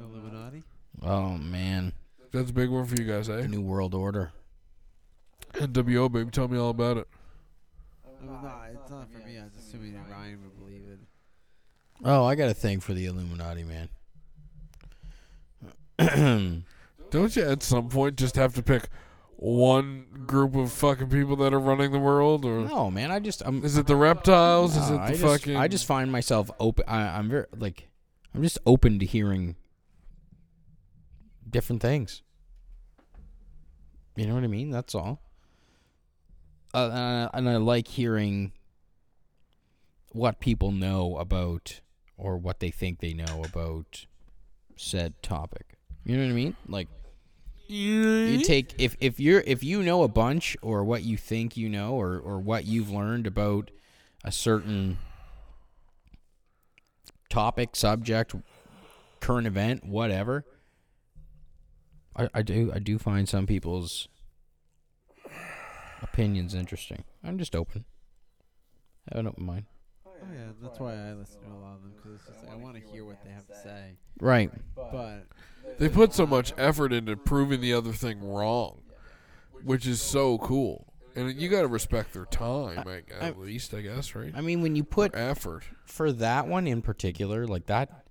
C: Illuminati?
A: Oh man,
B: That's a big one for you guys,
A: the
B: eh?
A: New World Order.
B: NWO, baby, tell me all about it.
C: Oh, no, it's not for me. I was assuming that Ryan would believe it.
A: Oh, I got a thing for the Illuminati, man.
B: Don't you at some point just have to pick one group of fucking people that are running the world, or
A: no, Oh, man. I just I'm
B: is it the reptiles? Is
A: No,
B: it the
A: I just,
B: fucking?
A: I just find myself open. I, I'm very like, I'm just open to hearing different things. You know what I mean? That's all. Uh, and, I, and I like hearing what people know about or what they think they know about said topic. You know what I mean? Like
B: E?
A: you take if if you're if you know a bunch or what you think you know or or what you've learned about a certain topic, subject, current event, whatever. I, I do I do find some people's opinions interesting. I'm just open. I have an open mind.
C: Oh, yeah, that's why I listen to a lot of them because it's just like, I want to hear what they have to say.
A: Right.
C: But
B: They put so much effort into proving the other thing wrong, which is so cool. And you got to respect their time, I,
A: I-
B: at least, I guess, right?
A: I mean, when you
B: Or
A: put
B: effort.
A: for that one in particular, like that.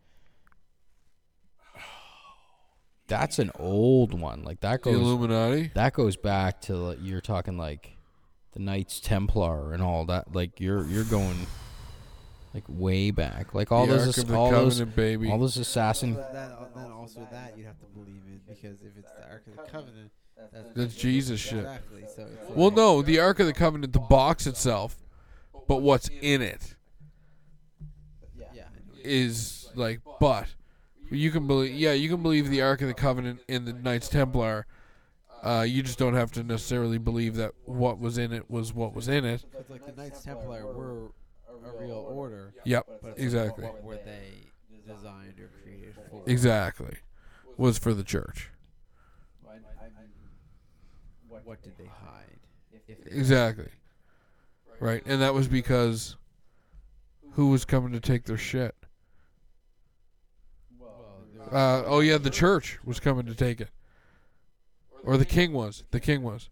A: That's an old one. Like that
B: The
A: goes
B: Illuminati.
A: that goes back to like, you're talking like the Knights Templar and all that. Like you're you're going like way back. Like all
B: the Ark
A: those
B: of
A: ass-
B: the
A: all those
B: Covenant, baby.
A: all those assassin.
C: That, that also that you'd have to believe it because if it's the Ark of the Covenant, that's,
B: That's Jesus shit.
C: Exactly. So it's
B: Well,
C: like-
B: no, the Ark of the Covenant, the box itself, but what's in it
C: Yeah.
B: is like, but you can believe, yeah, you can believe the Ark of the Covenant and the Knights Templar. Uh, you just don't have to necessarily believe that what was in it was what was in it.
C: It's like the Knights Templar were a real order.
B: Yep,
C: but it's like,
B: exactly,
C: What were they designed or created for?
B: exactly. Was for the church.
C: What, what did they hide? If they-
B: Exactly. Right, and that was because who was coming to take their shit?
C: well, there was-
B: Uh, oh yeah, the church was coming to take it, or the king was. The king was.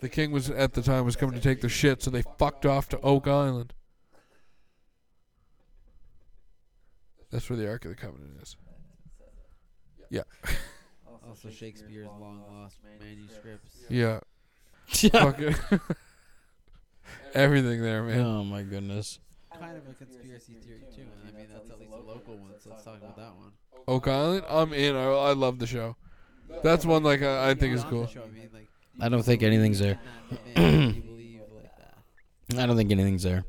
B: The king was at the time was coming to take their shit, so they fucked off to Oak Island. That's where the Ark of the Covenant is.
C: also Shakespeare's long lost manuscripts.
B: Yeah, fucking everything there, Oh, man.
A: Oh my goodness.
C: Kind of a conspiracy theory too. and I mean, that's at least a local one. So let's talk about that one.
B: Oak Island, I'm in. I, I love the show. That's one like I, I think is
C: Not the
B: cool.
C: show, I mean, like,
A: I don't think anything's there.
C: not many people believe like that.
A: I don't think anything's there.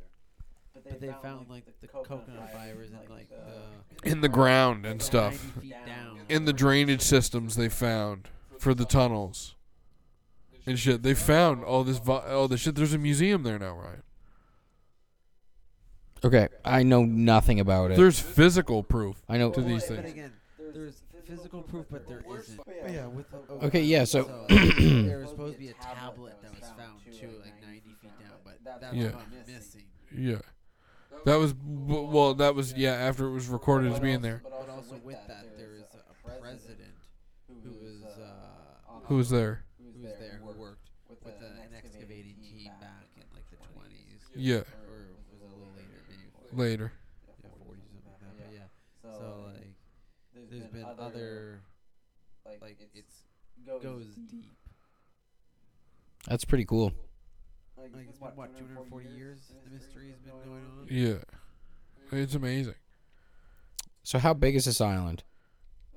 C: But they found like the coconut fibers and like the
B: In the ground and stuff.
C: 90 feet down.
B: in the drainage systems they found for the tunnels and shit. They found all this vi- all this shit. There's a museum there now, Ryan.
A: Okay, I know nothing about it.
B: There's physical proof.
A: I know
B: to these
C: But
B: things.
C: again, there's physical proof, but there isn't. But yeah, with the,
A: Okay, yeah, so-
C: there was supposed to be a tablet that was found too, like 90 feet down, but that's
B: Yeah.
C: what I'm missing.
B: Yeah, that was w- well. That was yeah. After it was recorded as being there,
C: But also with that, there is a president who was uh,
B: who was there?
C: who was there who worked with a, an excavating team back in like the 20s
B: Yeah,
C: or was it a little later, maybe
B: later.
C: yeah, 40s something like that. But yeah, so like there's been other like it's goes deep.
A: That's pretty cool.
C: Like it's been what 240 years the mystery's been going on.
B: Yeah, it's amazing.
A: So how big is this island?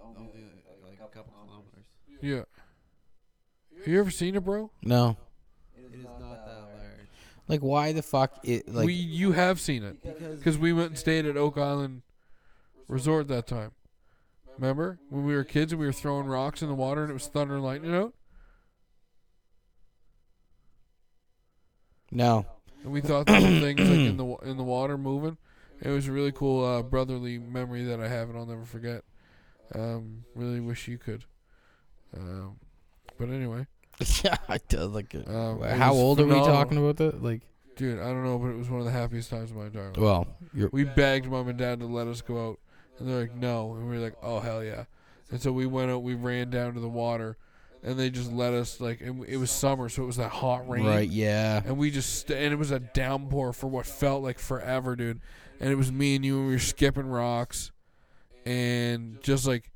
C: Only uh, like a couple kilometers.
B: Yeah. Have you ever seen it, bro?
A: No.
C: It is not that large.
A: Like why the fuck it like
B: we you have seen it
C: Because
B: because we went and stayed at Oak Island Resort that time. Remember when we were kids and we were throwing rocks in the water and it was thunder and lightning out?
A: No.
B: And we thought there were things like in the wa- in the water moving. It was a really cool uh, brotherly memory that I have and I'll never forget. Um, really wish you could. Um, but anyway,
A: yeah, I do, like uh,
B: Um, it
A: how
B: was
A: old are we
B: phenomenal.
A: talking about that? Like
B: dude, I don't know, but it was one of the happiest times of my entire life.
A: well, you're
B: We begged mom and dad to let us go out, and they're like, no. And we were like, oh, hell yeah. And so we went out, we ran down to the water, and they just let us, like, and it was summer, so it was that hot rain.
A: right, yeah.
B: And we just, st- and it was a downpour for what felt like forever, dude. And it was me and you, and we were skipping rocks and just, like,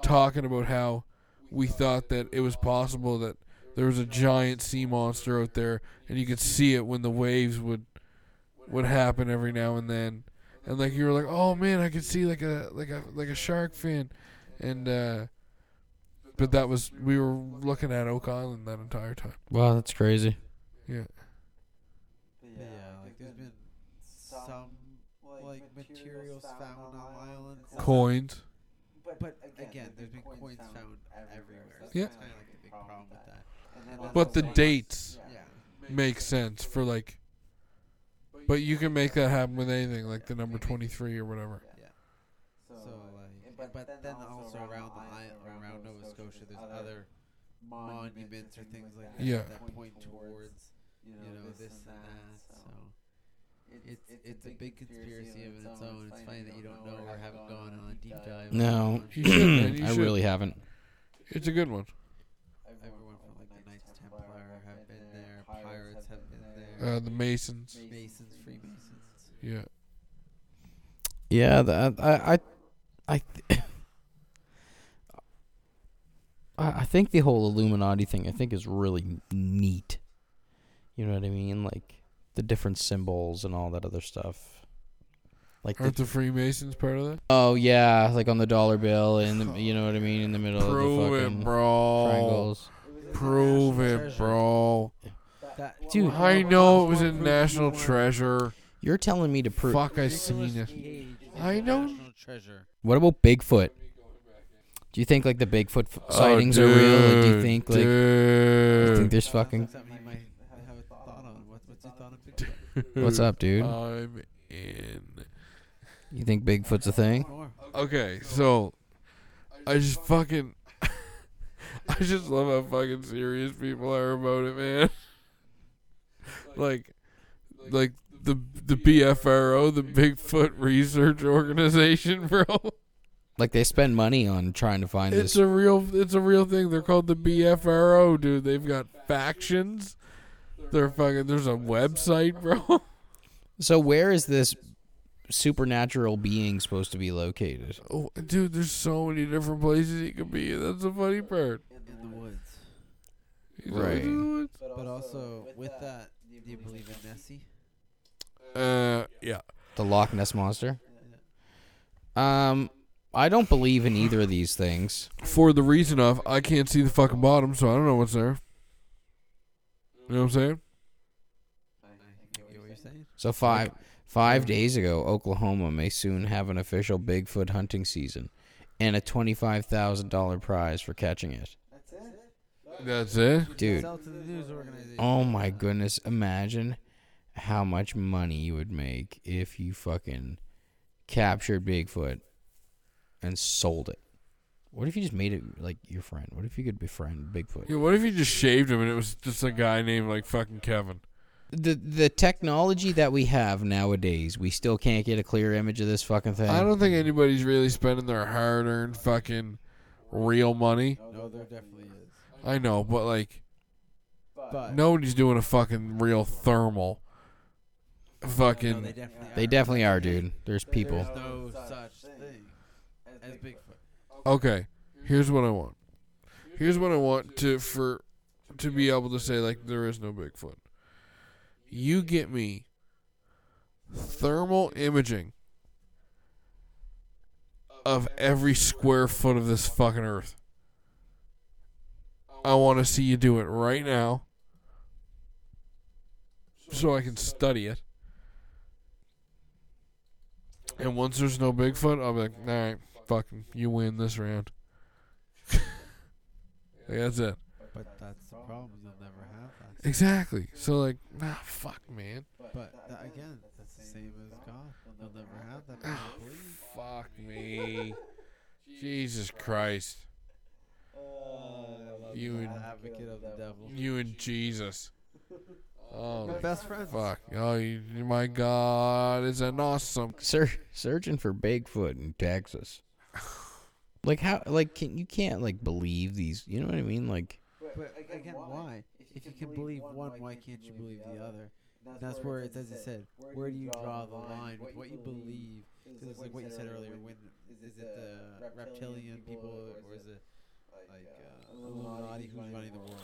B: talking about how we thought that it was possible that there was a giant sea monster out there, and you could see it when the waves would would happen every now and then, and like you were like, oh man, I could see like a like a like a shark fin, and uh, but that was we were looking at Oak Island that entire time.
A: Wow, that's crazy.
B: Yeah,
C: but yeah, like there's been some like materials found on the island.
B: coins.
C: But again, there's been coins found everywhere.
B: Yeah.
C: Kind of like the big problem with that.
B: But the dates
C: Yeah.
B: make sense for like, but you can make that happen with anything, like the number twenty three or whatever.
C: So like, but, but then also around the island, around Nova Scotia, there's other monuments or things like that
B: Yeah.
C: that point towards you know this and that. So it's it's a big conspiracy of its own. It's funny that you don't know or haven't gone on a deep dive.
A: No.
B: You should, man, you
A: I
B: should.
A: really haven't.
B: It's a good one.
C: Everyone from like the Knights Templar have been there. Pirates
B: Uh, the Masons.
C: Masons, Freemasons.
B: Yeah.
A: Yeah, the, I, I, I, th- I I think the whole Illuminati thing I think is really neat. You know what I mean? Like the different symbols and all that other stuff. Like the,
B: Aren't the Freemasons part of that?
A: oh yeah, like on the dollar bill and the, you know what I mean in the middle of
B: Prove
A: the
B: it,
A: fucking
B: bro.
A: triangles.
B: Prove it, bro.
A: Dude.
B: I know it was in National Treasure.
A: You're telling me to prove.
B: Fuck, I seen it. I don't.
D: treasure.
A: What about Bigfoot? Do you think like the Bigfoot f-
B: Oh,
A: sightings are real? Or do you
B: dude,
A: think like you think
B: dude.
A: there's fucking
C: Something you might have a thought on. What, what's your thought on Bigfoot?
A: what's up, dude?
B: Uh, I'm in.
A: You think Bigfoot's a thing?
C: More.
B: Okay, so I just fucking I just love how fucking serious people are about it, man. Like like the the BFRO, the Bigfoot Research Organization, bro.
A: Like they spend money on trying to find
B: It's
A: this.
B: a real it's a real thing. They're called the BFRO, dude. They've got factions. They're fucking there's a website, bro.
A: so where is this supernatural being supposed to be located?
B: Oh, dude, there's so many different places he could be. That's the funny part.
C: In the woods.
B: He's always
A: Right.
B: in the woods.
C: But also, with that, do you believe in Nessie?
B: Uh, yeah.
A: The Loch Ness monster? Um I don't believe in either of these things.
B: for the reason of I can't see the fucking bottom, so I don't know what's there. You know what I'm saying?
C: I get what you're saying.
A: So five five days ago, Oklahoma may soon have an official Bigfoot hunting season and a twenty five thousand dollar prize for catching it.
C: That's it.
B: That's it.
A: Dude,
C: Sell to the news organization.
A: oh my goodness, imagine how much money you would make if you fucking captured Bigfoot and sold it. What if you just made it like your friend? What if you could befriend Bigfoot?
B: Yeah, what if you just shaved him and it was just a guy named like fucking Kevin?
A: the the technology that we have nowadays, we still can't get a clear image of this fucking thing.
B: I don't think anybody's really spending their hard earned fucking real money.
C: No, there definitely is.
B: I know, but like
C: But
B: nobody's doing a fucking real thermal.
C: no, they
B: Fucking
C: definitely
A: they
C: are.
A: definitely are, dude. There's people.
C: There's no such thing as Bigfoot.
B: okay. Here's what I want. Here's what I want to for to be able to say like there is no Bigfoot. You get me thermal imaging of every square foot of this fucking earth. I want to see you do it right now so I can study it. And once there's no Bigfoot, I'll be like, all right, fucking, you win this round. like, that's it.
C: But that's the problem. You'll never have that.
B: Exactly. So like, nah, fuck, man.
C: But that, again, that's the same as God. You'll never have that.
B: Ah,
C: because you believe.
B: fuck me. Jesus Christ. You
C: The
B: and
C: advocate of the devil.
B: you and Jesus. Oh
C: Best friends.
B: fuck! Oh you, my God! It's an awesome.
A: Sur- searching for Bigfoot in Texas. Like how? Like can you can't like believe these? You know what I mean? Like
C: But again, why? If you can believe one, why can't you believe the other? That's where it's as you said. Where do you draw the line with what you believe? Because it's like what you said earlier. When is, is it the reptilian people or is it like uh, Illuminati who's running the world?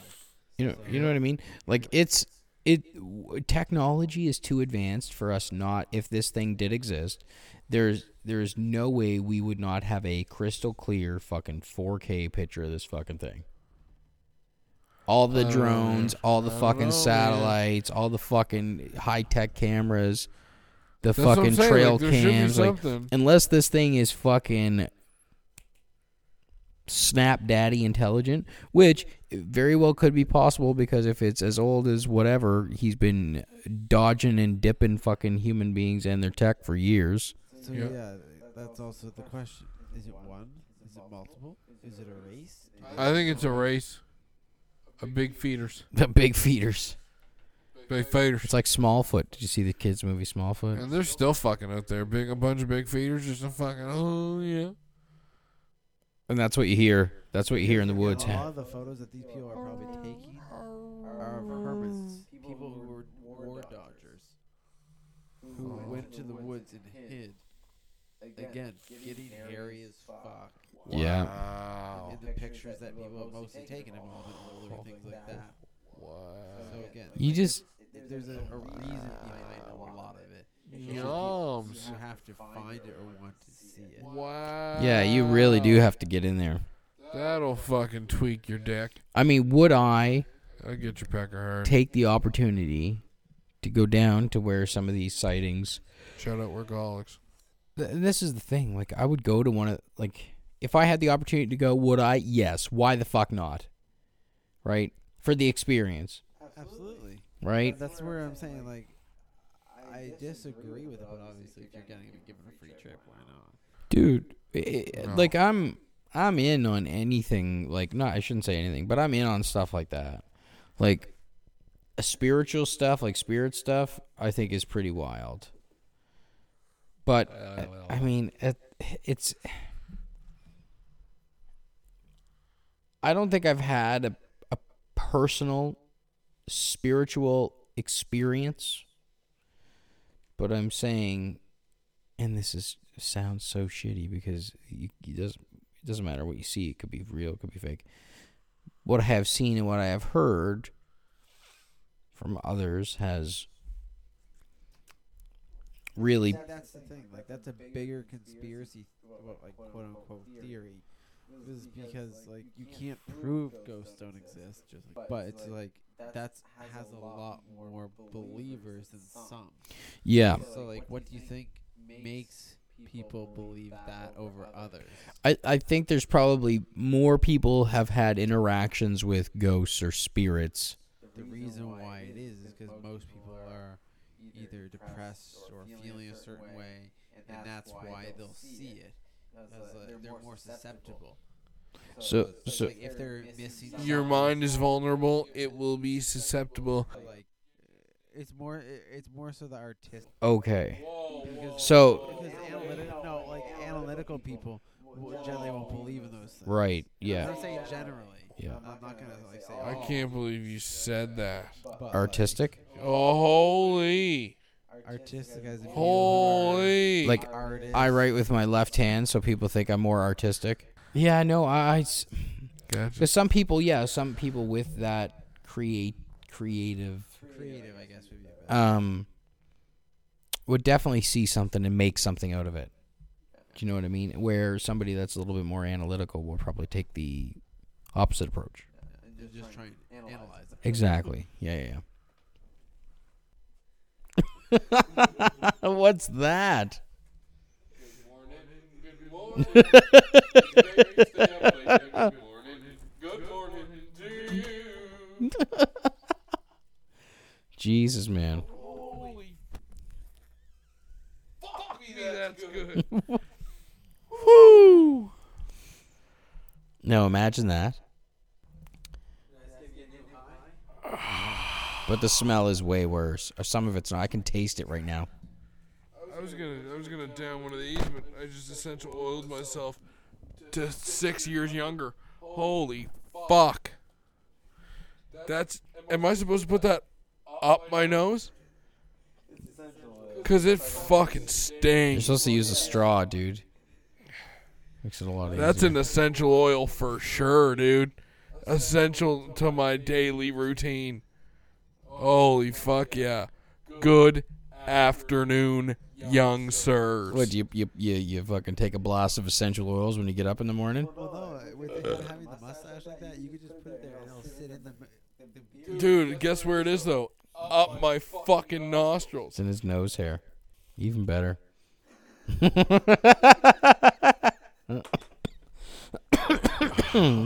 A: you know you know what I mean? Like it's it w- technology is too advanced for us not if this thing did exist there's there's no way we would not have a crystal clear fucking 4K picture of this fucking thing. All the
B: I don't know,
A: drones,
B: man.
A: all the
B: I don't
A: fucking
B: know, Oh, man.
A: satellites, all the fucking high-tech cameras, the
B: That's what I'm
A: fucking
B: saying,
A: trail
B: like, there should be
A: cams like
B: something.
A: unless this thing is fucking snap daddy intelligent which very well could be possible because if it's as old as whatever he's been dodging and dipping fucking human beings and their tech for years
C: So
B: Yeah.
C: yeah, that's also the question. Is it one? Is it multiple? Is it a race?
B: I think it's a race. A big feeders,
A: the big feeders
B: big feeders,
A: it's like smallfoot did you see the kids movie smallfoot
B: and they're still fucking out there. Big, a bunch of big feeders, just a fucking. Oh yeah.
A: and that's what you hear that's what you hear in the
C: Yeah,
A: woods
C: A lot of the photos that these people are probably taking are of hermits, people who were war dogs.
A: Oh.
C: into the woods and hid. Again, getting hairy as fuck.
A: Yeah. Oh.
B: Wow.
C: And the pictures that people have mostly taken of all the older things like that. So
B: Wow.
C: again,
A: Uh, You just
C: there's a, a reason behind a lot of it.
B: Yums.
C: You have to find it or want to see it.
B: Wow.
A: yeah, you really do have to get in there.
B: That'll fucking tweak your dick.
A: I mean, would I
B: I get your pack of hard.
A: take the opportunity to go down to where some of these sightings?
B: Shout out workaholics.
A: Th- and this is the thing. Like, I would go to one of like if I had the opportunity to go, would I? Yes. Why the fuck not? Right for the experience.
C: Absolutely.
A: Right.
C: That's where I'm saying like. I disagree with it, but obviously, if you're getting given a free trip, why not?
A: dude i i-
B: No.
A: like i'm i'm in on anything like not i shouldn't say anything but i'm in on stuff like that like a spiritual stuff like spirit stuff i think is pretty wild but uh, i mean it, it's i don't think i've had a, a personal spiritual experience but i'm saying and this is sounds so shitty because you, you doesn't it doesn't matter what you see. It could be real, it could be fake. What I have seen and what I have heard from others has really
C: That- that's the thing. Like that's a bigger conspiracy, well, like quote unquote theory, is because like you can't prove ghosts don't exist. Just like, but it's like that's has a lot more believers than some.
A: yeah.
C: So like, what do you think makes people believe that over others?
A: I, I think there's probably more people have had interactions with ghosts or spirits.
C: The reason why it is is because most people are either depressed or feeling a certain way, and that's why they'll see it. As a, they're, more susceptible.
A: So
C: it's
A: so
C: like if they're missing
B: Your
C: something,
B: mind is vulnerable. It will be susceptible.
C: like uh, it's more it- it's more so the artistic
A: okay.
C: because
A: So
C: because analytical no like analytical people will generally won't believe in those things.
A: right,
C: I'm
A: yeah.
C: not saying generally.
A: Yeah.
C: I'm not gonna like say.
B: I
C: oh,
B: can't believe you said that.
C: but, like,
A: Artistic?
B: Oh, holy.
C: "Oh, artistic as in
B: Holy.
A: Like
C: you are artist.
A: I write with my left hand so people think I'm more artistic. Yeah, no, I, I s-
B: Gotcha.
A: Because some people, yeah, some people with that create creative
C: creative, I guess would be a better.
A: um would definitely see something and make something out of it. Do you know what I mean? Where somebody that's a little bit more analytical will probably take the opposite approach.
C: and they're just trying to analyze it.
A: Exactly. Yeah, yeah, yeah. What's that?
B: Good morning. Good morning. Good morning to you.
A: Jesus, man.
B: Holy fuck me, that's good.
A: Woo! No, imagine that. But the smell is way worse. Or some of it's not. I can taste it right now.
B: I was gonna, I was gonna down one of these, but I just essential oiled myself to six years younger. Holy fuck! That's. Am I supposed to put that up my nose? Cause it fucking
A: You're
B: stinks.
A: supposed to use a straw, dude. Makes it a lot easier.
B: That's an essential oil for sure, dude. Essential to my daily routine. Holy fuck yeah! Good afternoon, young sirs.
A: What you you you you fucking take a blast of essential oils when you get up in the morning?
C: Well, no, with him having the mustache like that, you could just put it there and it'll sit in the. the beard.
B: Dude, guess where it is though? Up my fucking
A: It's
B: nostrils.
A: in his nose hair. Even better.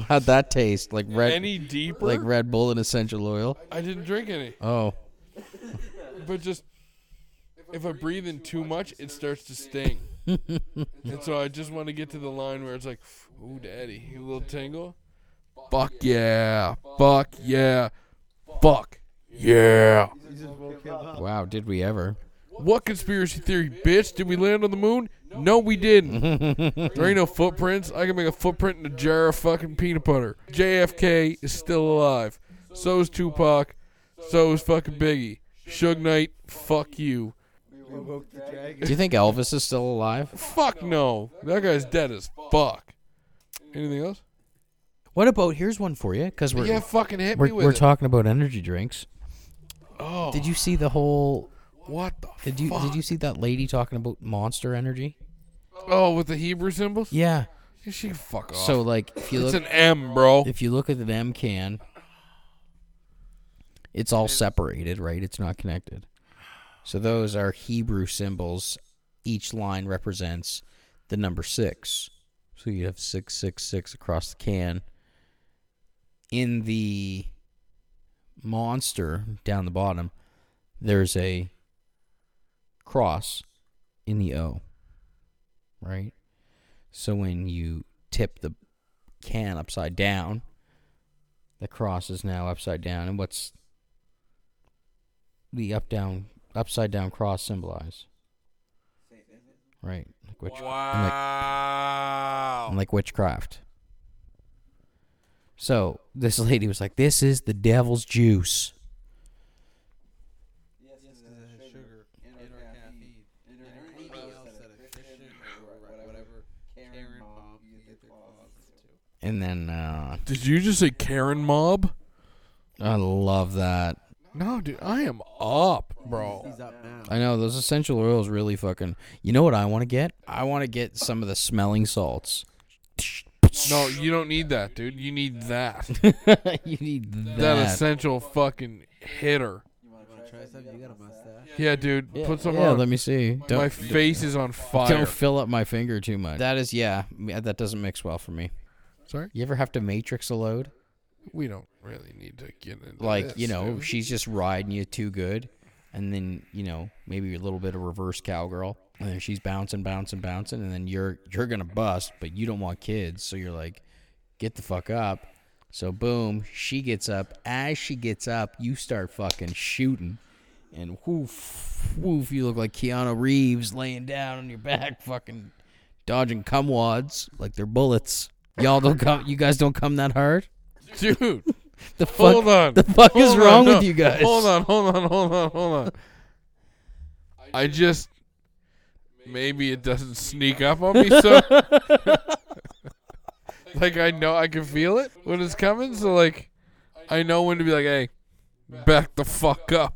A: How'd that taste? Like red
B: Any deeper?
A: like Red Bull and essential oil.
B: I didn't drink any.
A: Oh,
B: But just if I breathe in too much, it starts to sting. and so I just want to get to the line where it's like, ooh, daddy, you little tingle? Fuck yeah. Fuck yeah. Fuck yeah.
C: You just woke him up.
A: wow! Did we ever?
B: What conspiracy theory, bitch? Did we land on the moon? No, we didn't. there ain't no footprints. I can make a footprint in a jar of fucking peanut butter. JFK is still alive. So is Tupac. So is fucking Biggie. Suge Knight, fuck you.
C: Woke the dragon.
A: Do you think Elvis is still alive?
B: Fuck no. That guy's dead as fuck. Anything else?
A: What about here's one for you because we're
B: yeah, fucking hit me
A: we're,
B: with
A: we're
B: it.
A: talking about energy drinks.
B: oh,
A: Did you see the whole?
B: what the
A: Did you
B: fuck?
A: did you see that lady talking about Monster Energy?
B: Oh, with the Hebrew symbols?
A: Yeah.
B: She fuck off.
A: So like if you
B: it's
A: look
B: an M, bro.
A: if you look at an M can, it's all separated, right? It's not connected. So those are Hebrew symbols. Each line represents the number six. So you have six six six across the can. In the monster down the bottom, there's a cross in the O. Right? So when you tip the can upside down. The cross is now upside down, and what's the up down upside down cross symbolize? Right, like witch, and like-
B: Wow.
A: and Oh. like witchcraft. So this lady was like, "This is the devil's juice."
C: sugar, inner caffeine, inner anything else that a Christian or whatever Karen mom you get their claws into.
A: And then uh,
B: Did you just say Karen mob?
A: I love that.
B: No, dude, I am up, bro.
C: He's up now.
A: I know those essential oils really fucking. You know what I want to get? I want to get some of the smelling salts.
B: No, you don't need that, dude. You need that.
A: you need
B: That essential fucking hitter.
C: You want to try something? You got a mustache.
B: Yeah, dude. Put some
A: yeah,
B: on.
A: let me see. Don't,
B: My face is on fire.
A: Don't fill up my finger too much. That is, yeah, m- that doesn't mix well for me.
B: Sorry?
A: You ever have to matrix a load?
B: We don't really need to get into
A: Like,
B: this,
A: you know,
B: dude.
A: she's just riding you too good. And then, you know, maybe a little bit of reverse cowgirl. And then she's bouncing, bouncing, bouncing. And then you're you're going to bust, but you don't want kids. So you're like, get the fuck up. So boom, she gets up. As she gets up, you start fucking shooting. And woof, woof, you look like Keanu Reeves laying down on your back, fucking dodging cumwads like they're bullets. Y'all don't come. You guys don't come that hard.
B: dude.
A: The fuck.
B: Hold on.
A: The fuck is
B: Hold on,
A: wrong
B: no.
A: with you guys?
B: Hold on, hold on, hold on, hold on. I just maybe it doesn't sneak up on me so like I know I can feel it when it's coming, so like I know when to be like, hey, back the fuck up.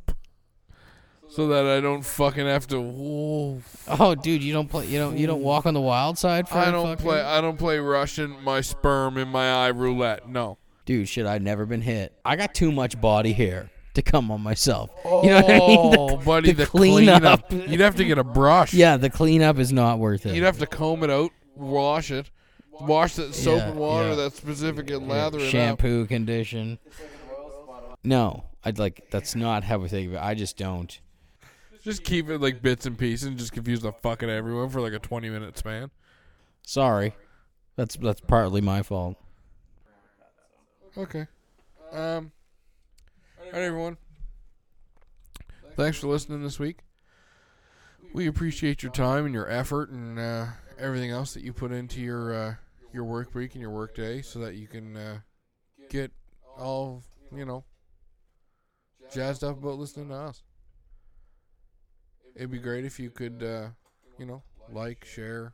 B: So that I don't fucking have to whoa,
A: Oh, dude, you don't play. You don't. You don't walk on the wild side for.
B: I
A: a
B: don't
A: fucking-
B: play I don't play Russian my sperm in my eye roulette. No.
A: Dude, shit, I've never been hit. I got too much body hair to come on myself. you know what I mean?
B: Oh, buddy,
A: the
B: the,
A: cleanup.
B: cleanup. You'd have to get a brush.
A: yeah, the cleanup is not worth it.
B: You'd have to comb it out, wash it, wash that soap
A: Yeah,
B: and water
A: yeah.
B: that's specific and
A: Yeah,
B: lather it up.
A: shampoo, condition. No, I'd like. That's not how we think of it. I just don't.
B: Just keep it like bits and pieces and just confuse the fucking everyone for like a 20 minute span.
A: Sorry, that's that's partly my fault.
B: Okay. Um. All right, everyone. Thanks for listening this week. We appreciate your time and your effort and uh, everything else that you put into your uh, your work week and your work day, so that you can uh, get all you know jazzed up about listening to us. It'd be great if you could, uh, you know, like, share,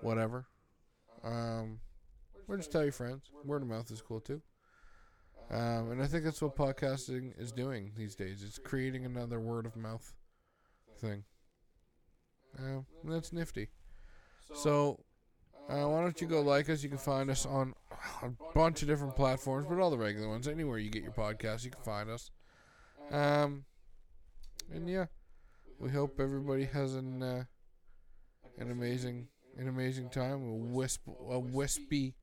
B: whatever. Um, or just tell your friends. Word of mouth is cool too. Um, and I think that's what podcasting is doing these days. It's creating another word of mouth thing. Um, and that's nifty. So, uh, why don't you go like us? You can find us on a bunch of different platforms, but all the regular ones. Anywhere you get your podcast, you can find us. Um, and yeah, we hope everybody has an uh, an amazing an amazing time. A wisp a wispy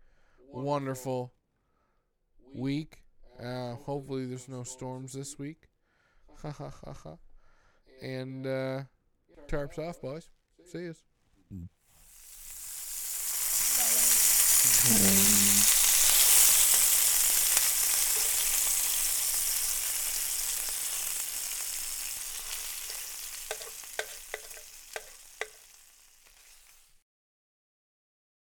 B: wonderful week. Uh, hopefully, there's no storms this week. Ha ha ha ha. And uh, tarps off, boys. See yous.